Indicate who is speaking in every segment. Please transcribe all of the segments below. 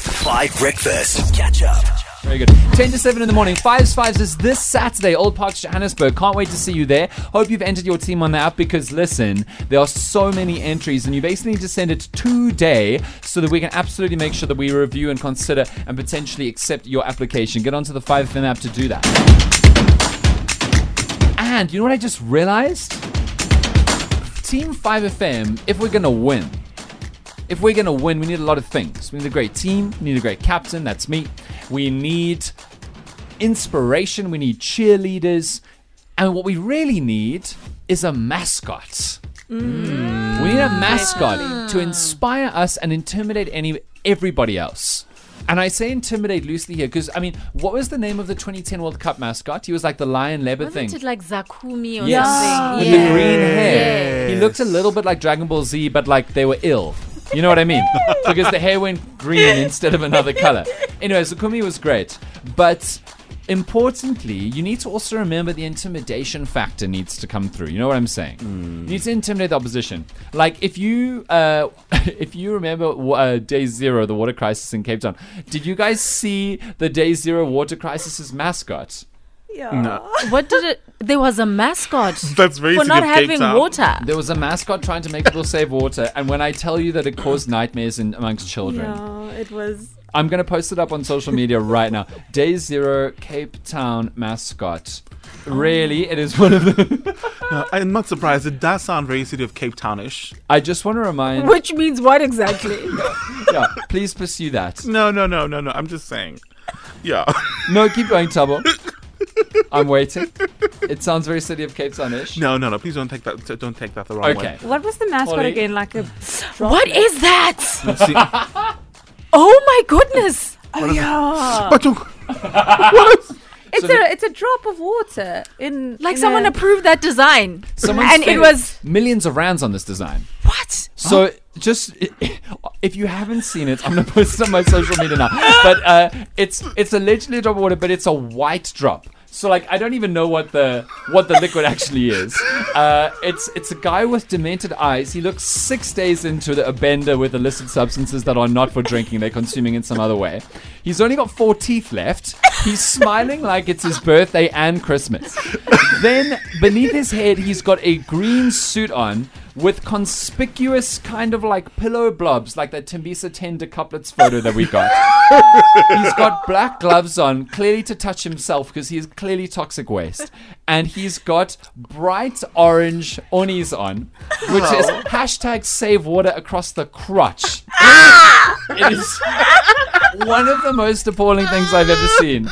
Speaker 1: Five Breakfast. Catch up.
Speaker 2: Very good. 10 to 7 in the morning. Fives Fives is this Saturday, Old Parks, Johannesburg. Can't wait to see you there. Hope you've entered your team on the app because, listen, there are so many entries, and you basically need to send it today so that we can absolutely make sure that we review and consider and potentially accept your application. Get onto the 5FM app to do that. And you know what I just realized? Team 5FM, if we're going to win, if we're going to win, we need a lot of things. We need a great team. We need a great captain. That's me. We need inspiration. We need cheerleaders. And what we really need is a mascot. We need a mascot to inspire us and intimidate any everybody else. And I say intimidate loosely here because I mean, what was the name of the 2010 World Cup mascot? He was like the lion leopard thing.
Speaker 3: Wanted like Zakumi or
Speaker 2: Yes.
Speaker 3: something.
Speaker 2: With
Speaker 3: yeah.
Speaker 2: the green hair.
Speaker 3: Yes.
Speaker 2: He looked a little bit like Dragon Ball Z, but like they were ill. You know what I mean? because the hair went green instead of another color. Anyway, Sukumi was great. But importantly, you need to also remember the intimidation factor needs to come through. You know what I'm saying?
Speaker 3: Hmm.
Speaker 2: You need to intimidate the opposition. Like if you uh, if you remember uh, Day Zero, the water crisis in Cape Town, did you guys see the Day Zero water crisis's mascot?
Speaker 3: What did it? There was a mascot
Speaker 4: That's very
Speaker 3: for not
Speaker 4: significant,
Speaker 3: having
Speaker 4: Sam.
Speaker 3: water.
Speaker 2: There was a mascot trying to make people save water, and when I tell you that it caused nightmares in, amongst children,
Speaker 5: No, it was.
Speaker 2: I'm gonna post it up on social media right now. Day Zero Cape Town mascot. Really, it is one of the.
Speaker 4: No, I'm not surprised. It does sound very city of Cape Townish.
Speaker 2: I just want to remind.
Speaker 5: Which means what exactly?
Speaker 2: Yeah, please pursue that.
Speaker 4: No, no, no, no, no. I'm just saying. Yeah.
Speaker 2: No, keep going, Tubbo. I'm waiting. It sounds very city of Cape Townish.
Speaker 4: No, no, no. Please don't take that. Don't take that the wrong
Speaker 2: Okay.
Speaker 4: way.
Speaker 5: what was the mascot
Speaker 2: Polly?
Speaker 5: again? Like a.
Speaker 3: What is that? oh my goodness!
Speaker 5: Oh, yeah.
Speaker 4: But you-
Speaker 5: It's
Speaker 2: the-
Speaker 5: a it's a drop of water in
Speaker 3: Like
Speaker 5: in
Speaker 3: someone
Speaker 5: a-
Speaker 3: approved that design,
Speaker 2: Someone
Speaker 3: and it
Speaker 2: spent
Speaker 3: was
Speaker 2: millions of rands on this design.
Speaker 3: what?
Speaker 2: So just if you haven't seen it, I'm gonna post it on my social media now. But uh, it's it's allegedly a drop of water, but it's a white drop. So like I don't even know what the what the liquid actually is. Uh, it's it's a guy with demented eyes. He looks six days into the, a bender with illicit substances that are not for drinking; they're consuming in some other way. He's only got four teeth left. He's smiling like it's his birthday and Christmas. Then beneath his head, he's got a green suit on with conspicuous kind of like pillow blobs, like that Timbisa tender couplets photo that we got. he's got black gloves on, clearly to touch himself because he is clearly toxic waste, and he's got bright orange onis on, which is hashtag save water across the crotch. it is one of the most appalling things I've ever seen.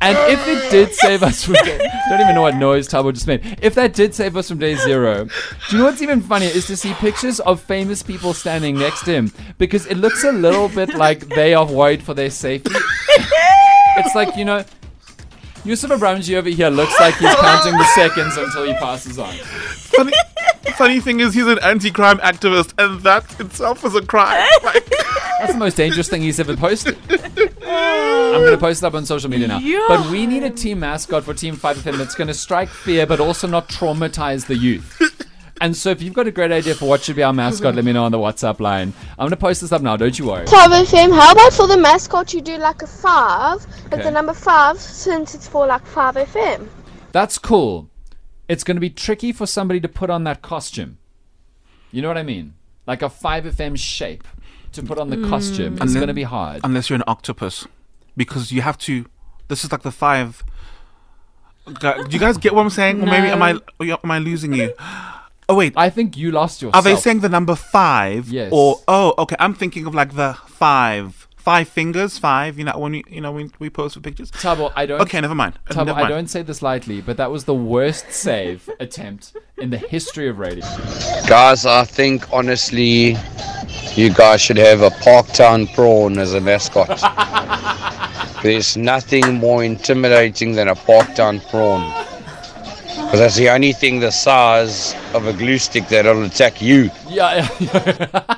Speaker 2: And if it did save us from day, don't even know what noise Tabo just made. If that did save us from day zero, do you know what's even funnier is to see pictures of famous people standing next to him because it looks a little bit like they are worried for their safety. it's like you know, Yusuf Abramji over here looks like he's counting the seconds until he passes on.
Speaker 4: funny, funny thing is, he's an anti-crime activist, and that itself is a crime. Like,
Speaker 2: That's the most dangerous thing he's ever posted. I'm going to post it up on social media now. But we need a team mascot for Team 5FM that's going to strike fear but also not traumatize the youth. And so if you've got a great idea for what should be our mascot, let me know on the WhatsApp line. I'm going to post this up now, don't you worry.
Speaker 6: Tab FM, how about for the mascot you do like a five, but
Speaker 2: Okay.
Speaker 6: the number five since it's for like five FM.
Speaker 2: That's cool. It's going to be tricky for somebody to put on that costume. You know what I mean? Like a 5FM shape to put on the costume. It's
Speaker 4: Mm. then-
Speaker 2: going to be hard.
Speaker 4: unless you're an octopus, because you have to. This is like the five. Gu- Do you guys get what I'm saying? Or maybe am I am I losing you? Oh wait,
Speaker 2: I think you lost yourself.
Speaker 4: Are they saying the number five?
Speaker 2: Yes.
Speaker 4: Or oh, okay. I'm thinking of like the five, five fingers, five. You know when we, you know when we post for pictures.
Speaker 2: Tabo, I don't
Speaker 4: Okay, never mind. Uh,
Speaker 2: Tabo,
Speaker 4: never
Speaker 2: I
Speaker 4: mind.
Speaker 2: don't say this lightly, but that was the worst save attempt in the history of radio.
Speaker 7: Guys, I think honestly, you guys should have a Parktown prawn as a mascot. There's nothing more intimidating than a Parktown prawn. Because that's the only thing the size of a glue stick that'll attack you.
Speaker 2: Yeah.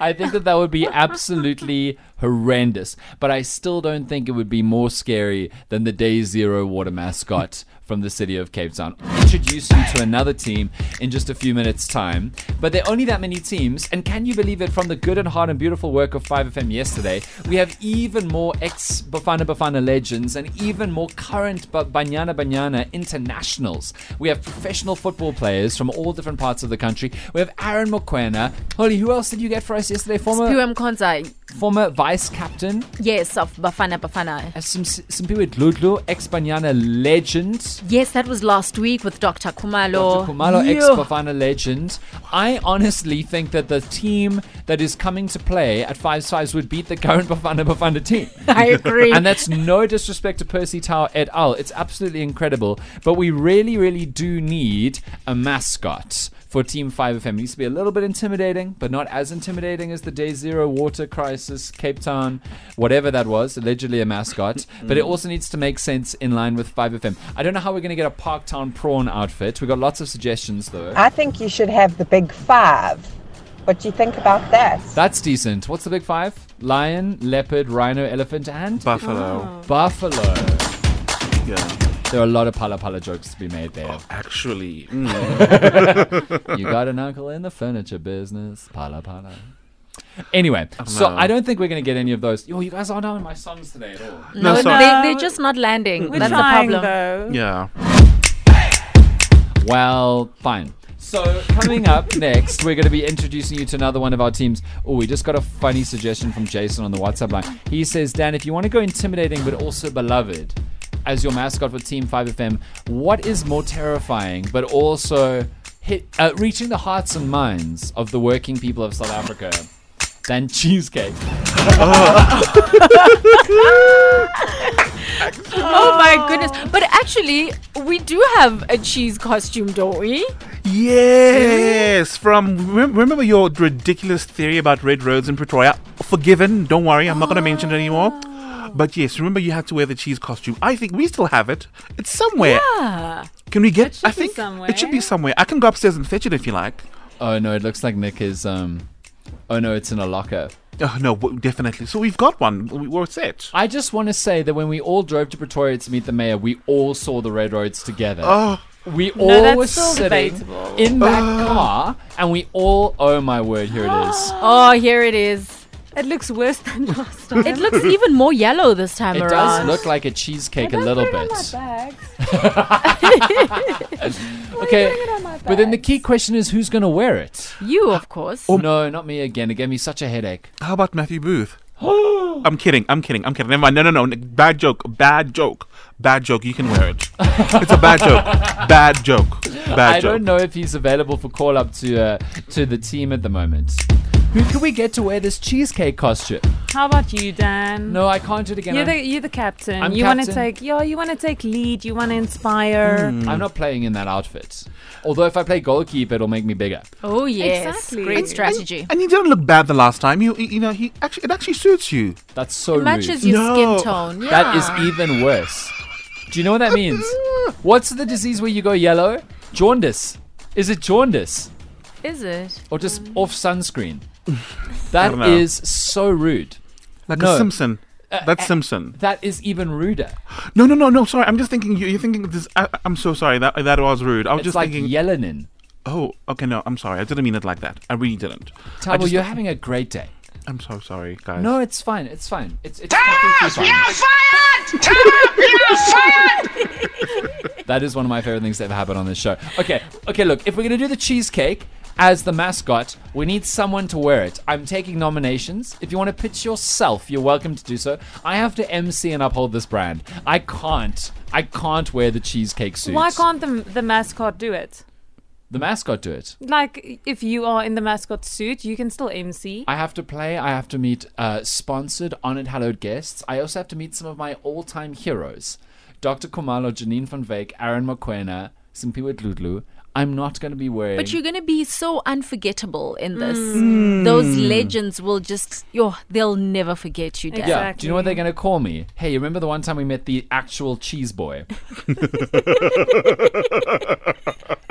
Speaker 2: I think that that would be absolutely horrendous, but I still don't think it would be more scary than the Day Zero water mascot from the city of Cape Town. I'll introduce you to another team in just a few minutes' time. But there are only that many teams, and can you believe it? From the good and hard and beautiful work of 5FM yesterday, we have even more ex Bafana Bafana legends and even more current Ba- Banyana Banyana internationals. We have professional football players from all different parts of the country. We have Aaron Mokwena. Holly, who else did you get for us yesterday? Former,
Speaker 3: Piwem Konza,
Speaker 2: former vice captain Uh,
Speaker 3: yes, of Bafana Bafana.
Speaker 2: as Sim- Simpiwe Dludlu, ex Banyana legend.
Speaker 3: Yes, that was last week with Dr. Kumalo.
Speaker 2: Dr. Kumalo, ex
Speaker 3: Yo.
Speaker 2: Bafana legend. I honestly think that the team that is coming to play at Five Sides would beat the current Bafana Bafana team.
Speaker 3: I agree.
Speaker 2: And that's no disrespect to Percy Tau et al. It's absolutely incredible. But we really, really do need a mascot for Team 5FM. It needs to be a little bit intimidating, but not as intimidating as the Day Zero water crisis, Cape Town, whatever that was, allegedly a mascot. But it also needs to make sense in line with 5FM. I don't know how we're going to get a Parktown prawn outfit. We've got lots of suggestions, though.
Speaker 8: I think you should have the big five. What do you think about that?
Speaker 2: That's decent. What's the big five? Lion, leopard, rhino, elephant, and
Speaker 4: Buffalo.
Speaker 2: buffalo.
Speaker 4: Yeah.
Speaker 2: There are a lot of pala pala jokes to be made there.
Speaker 4: Actually,
Speaker 2: you got an uncle in the furniture business. Pala pala. Anyway, so I don't think we're going to get any of those. Yo, you guys aren't on my songs today at all.
Speaker 3: no,
Speaker 4: No,
Speaker 3: they,
Speaker 4: sorry.
Speaker 3: they're just not landing.
Speaker 5: We're
Speaker 3: That's the
Speaker 5: trying,
Speaker 3: problem.
Speaker 5: though.
Speaker 4: yeah.
Speaker 2: Well, fine. So coming up next, we're going to be introducing you to another one of our teams. Oh, we just got a funny suggestion from Jason on the WhatsApp line. He says, Dan, if you want to go intimidating but also beloved as your mascot for Team 5FM, what is more terrifying but also hit, uh, reaching the hearts and minds of the working people of South Africa than cheesecake?
Speaker 3: Oh my goodness. But actually, we do have a cheese costume, don't we?
Speaker 4: Yes, from rem- remember your ridiculous theory about red roads in Pretoria. Forgiven, don't worry, I'm not going to mention it anymore. But yes, remember you had to wear the cheese costume. I think we still have it. It's somewhere.
Speaker 3: Ah.
Speaker 4: Can we get?
Speaker 5: should
Speaker 4: I
Speaker 5: be
Speaker 4: think it should
Speaker 5: somewhere.
Speaker 4: be somewhere. I can go upstairs and fetch it if you like.
Speaker 2: Oh no, it looks like Nick is um oh no, it's in a locker.
Speaker 4: Oh no, w- definitely. So we've got one. We- We're set.
Speaker 2: I just want to say that when we all drove to Pretoria to meet the mayor, we all saw the red roads together.
Speaker 4: Oh, Ah.
Speaker 2: we all
Speaker 5: No, that's
Speaker 2: were
Speaker 5: still
Speaker 2: sitting
Speaker 5: debatable.
Speaker 2: in that car, and we all. Oh my word! Here
Speaker 5: Ah.
Speaker 2: it is.
Speaker 3: Oh, here it is.
Speaker 5: It looks worse than last time.
Speaker 3: It looks even more yellow this time
Speaker 2: It does
Speaker 3: around.
Speaker 2: look like a cheesecake a
Speaker 5: Don't
Speaker 2: little
Speaker 5: put it on my
Speaker 2: bit.
Speaker 5: bags.
Speaker 2: Okay,
Speaker 5: Put it on my
Speaker 2: but then the
Speaker 5: bags.
Speaker 2: key question is who's going to wear it?
Speaker 3: you, of course.
Speaker 2: No, not me again. It gave me such a headache.
Speaker 4: how about Matthew Booth? I'm kidding. I'm kidding. I'm kidding. Never mind. No, no, no. Nick, Bad joke. Bad joke. Bad joke. You can wear it. it's a bad joke. Bad joke. Bad
Speaker 2: I
Speaker 4: joke.
Speaker 2: don't know if he's available for call up to uh, to the team at the moment. Who can we get to wear this cheesecake costume?
Speaker 5: How about you, Dan?
Speaker 2: No, I can't do it again.
Speaker 5: You're
Speaker 2: I'm,
Speaker 5: the, you're the captain.
Speaker 2: I'm
Speaker 5: you want to
Speaker 2: captain. Hmm.
Speaker 5: take yeah, you want to take lead. You want to inspire.
Speaker 2: I'm not playing in that outfit. Although if I play goalkeeper, it'll make me bigger.
Speaker 3: Oh, yes.
Speaker 5: Exactly.
Speaker 3: Great
Speaker 5: And-
Speaker 3: strategy.
Speaker 4: And he didn't look bad the last time. You you know he actually it actually suits you.
Speaker 2: That's so rude.
Speaker 3: Matches your
Speaker 4: No.
Speaker 3: skin tone. Yeah.
Speaker 2: That is even worse. Do you know what that means?
Speaker 4: Ah,
Speaker 2: What's the disease where you go yellow? Jaundice. Is it jaundice
Speaker 3: Is it?
Speaker 2: or just off sunscreen? That
Speaker 4: don't know.
Speaker 2: is so rude.
Speaker 4: Like
Speaker 2: No. Uh,
Speaker 4: a Simpson. That's Simpson.
Speaker 2: That is even ruder.
Speaker 4: No, no, no, no. Sorry, I'm just thinking. You, you're thinking this. I, I'm so sorry. That that was rude. I was
Speaker 2: It's
Speaker 4: just
Speaker 2: like
Speaker 4: thinking.
Speaker 2: Yelenin.
Speaker 4: Oh, okay. No, I'm sorry. I didn't mean it like that. I really didn't. I
Speaker 2: Tabo,
Speaker 4: just,
Speaker 2: you're having a great day.
Speaker 4: I'm so sorry, guys.
Speaker 2: No, it's fine. It's fine. It's it's
Speaker 3: Ah,
Speaker 2: completely fine. That is one of my favorite things that ever happened on this show. Okay, okay. Look, if we're gonna do the cheesecake as the mascot, we need someone to wear it. I'm taking nominations. If you want to pitch yourself, you're welcome to do so. I have to MC and uphold this brand. I can't. I can't wear the cheesecake suit.
Speaker 5: Why can't the, the mascot do it?
Speaker 2: the mascot do it?
Speaker 5: Like, if you are in the mascot suit, you can still MC.
Speaker 2: I have to play. I have to meet uh, sponsored, honored, hallowed guests. I also have to meet some of my all-time heroes: Dr. Kumalo, Janine van Veek, Aaron Mokwena, Simpiwe Dludlu. I'm not going to be wearing.
Speaker 3: But you're going to be so unforgettable in this. Those legends will just, yo, they'll never forget you, Dad.
Speaker 2: yeah. Do you know what
Speaker 5: Exactly.
Speaker 2: they're going to call me? Hey, you remember the one time we met the actual cheese boy?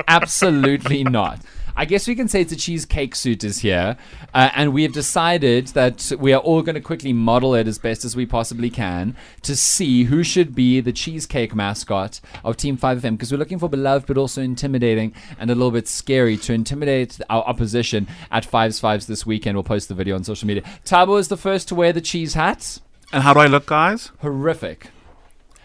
Speaker 2: Absolutely not. I guess we can say it's a cheesecake suit is here, uh, and we have decided that we are all going to quickly model it as best as we possibly can to see who should be the cheesecake mascot of Team Five FM because we're looking for beloved but also intimidating and a little bit scary to intimidate our opposition at Fives Fives this weekend. We'll post the video on social media. Tabo is the first to wear the cheese hat.
Speaker 4: And how do I look, guys?
Speaker 2: Horrific.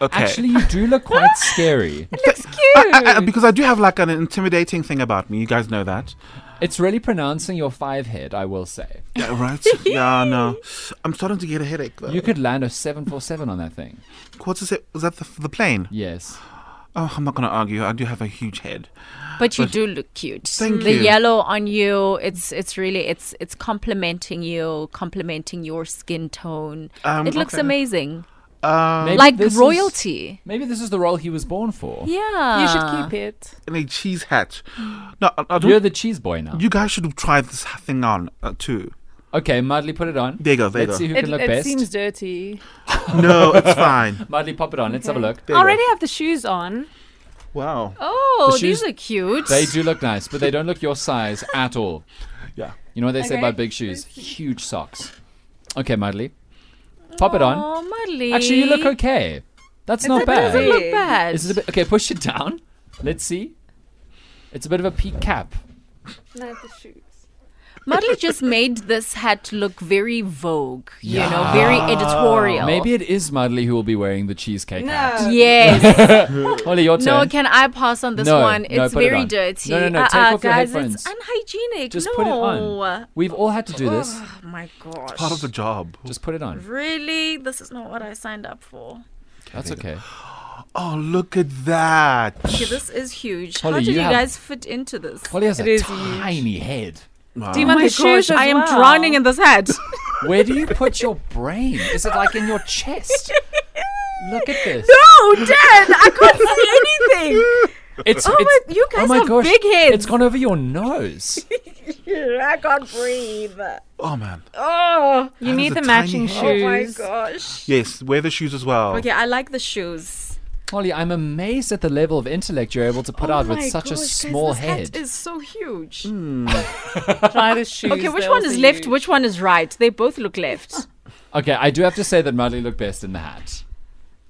Speaker 4: Okay.
Speaker 2: Actually, you do look quite scary.
Speaker 4: I- I- I- because I do have like an intimidating thing about me. You guys know that.
Speaker 2: It's really pronouncing your five head, I will say.
Speaker 4: Yeah, right? yeah, no. I'm starting to get a headache though.
Speaker 2: You could land a 747 on that thing.
Speaker 4: What's this? Was that the, the plane?
Speaker 2: Yes.
Speaker 4: Oh, I'm not going to argue. I do have a huge head.
Speaker 3: But you do look cute.
Speaker 4: Thank
Speaker 3: the
Speaker 4: you.
Speaker 3: yellow on you, it's it's really it's it's complimenting you, complimenting your skin tone.
Speaker 4: Um,
Speaker 3: it looks
Speaker 4: okay.
Speaker 3: amazing.
Speaker 4: Um,
Speaker 2: Maybe
Speaker 3: Like
Speaker 2: this is-
Speaker 3: royalty.
Speaker 2: maybe this is the role he was born for.
Speaker 3: Yeah.
Speaker 5: You should keep it.
Speaker 4: and a cheese hat. No, I, I don't.
Speaker 2: You're the cheese boy now.
Speaker 4: you guys should try this thing on uh, too.
Speaker 2: Okay, Mudley, put it on.
Speaker 4: There you go, there you
Speaker 2: Let's
Speaker 4: go.
Speaker 2: see who
Speaker 5: It,
Speaker 2: can look
Speaker 5: it
Speaker 2: best.
Speaker 5: seems dirty.
Speaker 4: No, it's fine.
Speaker 2: Mudley, pop it on. Let's have a look.
Speaker 5: I already have the shoes on.
Speaker 4: Wow.
Speaker 3: Oh,
Speaker 2: The
Speaker 3: these
Speaker 2: shoes-
Speaker 3: are cute.
Speaker 2: They do look nice, but they don't look your size at all.
Speaker 4: Yeah.
Speaker 2: You know what they say
Speaker 5: Okay.
Speaker 2: about big shoes? Huge socks. Okay, Mudley, pop it on.
Speaker 3: Oh, Marley.
Speaker 2: Actually, you look okay. That's not
Speaker 3: That
Speaker 2: bad.
Speaker 3: doesn't look bad.
Speaker 2: Is it a bit, okay, push it down. Let's see. It's a bit of a peak cap.
Speaker 3: Marley just made this hat look very vogue, you know, very editorial.
Speaker 2: Maybe it is Mudley who will be wearing the cheesecake hat.
Speaker 3: Yes.
Speaker 2: Holly, your
Speaker 3: no,
Speaker 2: turn.
Speaker 3: can I pass on this
Speaker 2: No,
Speaker 3: one?
Speaker 2: no,
Speaker 3: It's
Speaker 2: put it
Speaker 3: very
Speaker 2: on.
Speaker 3: dirty.
Speaker 2: No, no, no, take
Speaker 3: Uh-uh,
Speaker 2: off your
Speaker 3: guys,
Speaker 2: headphones.
Speaker 3: it's unhygienic.
Speaker 2: Just
Speaker 3: no.
Speaker 2: put it on. We've all had to do this.
Speaker 3: Oh my
Speaker 4: Part
Speaker 3: gosh.
Speaker 4: of the job.
Speaker 2: Just put it on.
Speaker 3: Really? This is not what I signed up for.
Speaker 2: That's okay.
Speaker 4: Oh, look at that.
Speaker 3: Okay, this is huge.
Speaker 2: Holly,
Speaker 3: How did
Speaker 2: you
Speaker 3: you,
Speaker 2: have-
Speaker 3: guys fit into this?
Speaker 2: Holly has a
Speaker 5: is
Speaker 2: tiny head.
Speaker 4: Wow.
Speaker 5: Do you want
Speaker 3: Oh my
Speaker 5: the shoes?
Speaker 3: gosh, I
Speaker 5: as
Speaker 3: am
Speaker 5: well?
Speaker 3: drowning in this hat.
Speaker 2: Where do you put your brain? Is it like in your chest? Look at this.
Speaker 3: no, Dan, I can't see anything.
Speaker 2: It's, it's-
Speaker 3: Oh my- you
Speaker 2: oh
Speaker 3: guys
Speaker 2: my
Speaker 3: have
Speaker 2: gosh,
Speaker 3: big heads.
Speaker 2: It's gone over your nose.
Speaker 3: I can't breathe.
Speaker 4: oh, man.
Speaker 3: Oh,
Speaker 5: You need
Speaker 4: is
Speaker 5: the
Speaker 4: a
Speaker 5: matching
Speaker 4: tiny-
Speaker 3: oh my
Speaker 5: shoes.
Speaker 3: gosh.
Speaker 4: Yes, wear the shoes as well.
Speaker 3: Okay, I like the shoes.
Speaker 2: Holly, I'm amazed at the level of intellect you're able to put out with
Speaker 3: Oh my
Speaker 2: such a
Speaker 3: gosh, guys,
Speaker 2: small
Speaker 3: this
Speaker 2: head.
Speaker 3: Hat is so huge.
Speaker 5: Try the shoes.
Speaker 3: Okay, which
Speaker 5: they're
Speaker 3: one
Speaker 5: also
Speaker 3: is left?
Speaker 5: huge.
Speaker 3: Which one is right? They both look left.
Speaker 2: okay, I do have to say that Mudley looked best in the hat.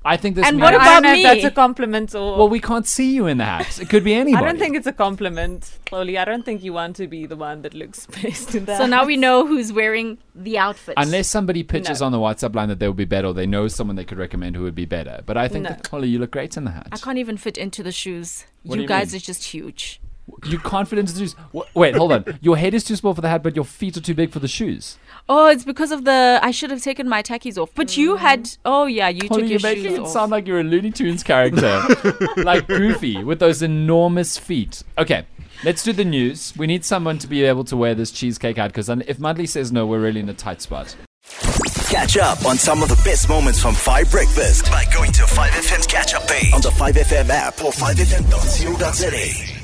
Speaker 2: I think this.
Speaker 3: And
Speaker 2: man-
Speaker 3: what
Speaker 5: I don't
Speaker 3: about
Speaker 5: know if that's
Speaker 3: me?
Speaker 5: a compliment or.
Speaker 2: Well, we can't see you in the hat. It could be anybody.
Speaker 5: I don't think it's a compliment, Chloe. I don't think you want to be the one that looks best in that.
Speaker 3: so now we know who's wearing the outfit.
Speaker 2: Unless somebody pitches
Speaker 5: No.
Speaker 2: on the WhatsApp line that they would be better, or they know someone they could recommend who would be better. But I think
Speaker 5: No.
Speaker 2: that Holly, you look great in the hat.
Speaker 3: I can't even fit into the shoes.
Speaker 2: What do
Speaker 3: you
Speaker 2: you
Speaker 3: guys
Speaker 2: mean?
Speaker 3: are just huge.
Speaker 2: You confident to do? Wait, hold on. Your head is too small for the hat, but your feet are too big for the shoes.
Speaker 3: Oh, it's because of the. I should have taken my tackies off. But you had. Oh, yeah, you
Speaker 2: Holly,
Speaker 3: took
Speaker 2: you're
Speaker 3: your
Speaker 2: making
Speaker 3: shoes
Speaker 2: it
Speaker 3: off.
Speaker 2: sound like you're a Looney Tunes character, like Goofy with those enormous feet. Okay, let's do the news. We need someone to be able to wear this cheesecake hat because if Mudley says no, we're really in a tight spot.
Speaker 1: Catch up on some of the best moments from 5 Breakfast by going to 5FM's catch up page on the 5FM app or 5FM.co.za.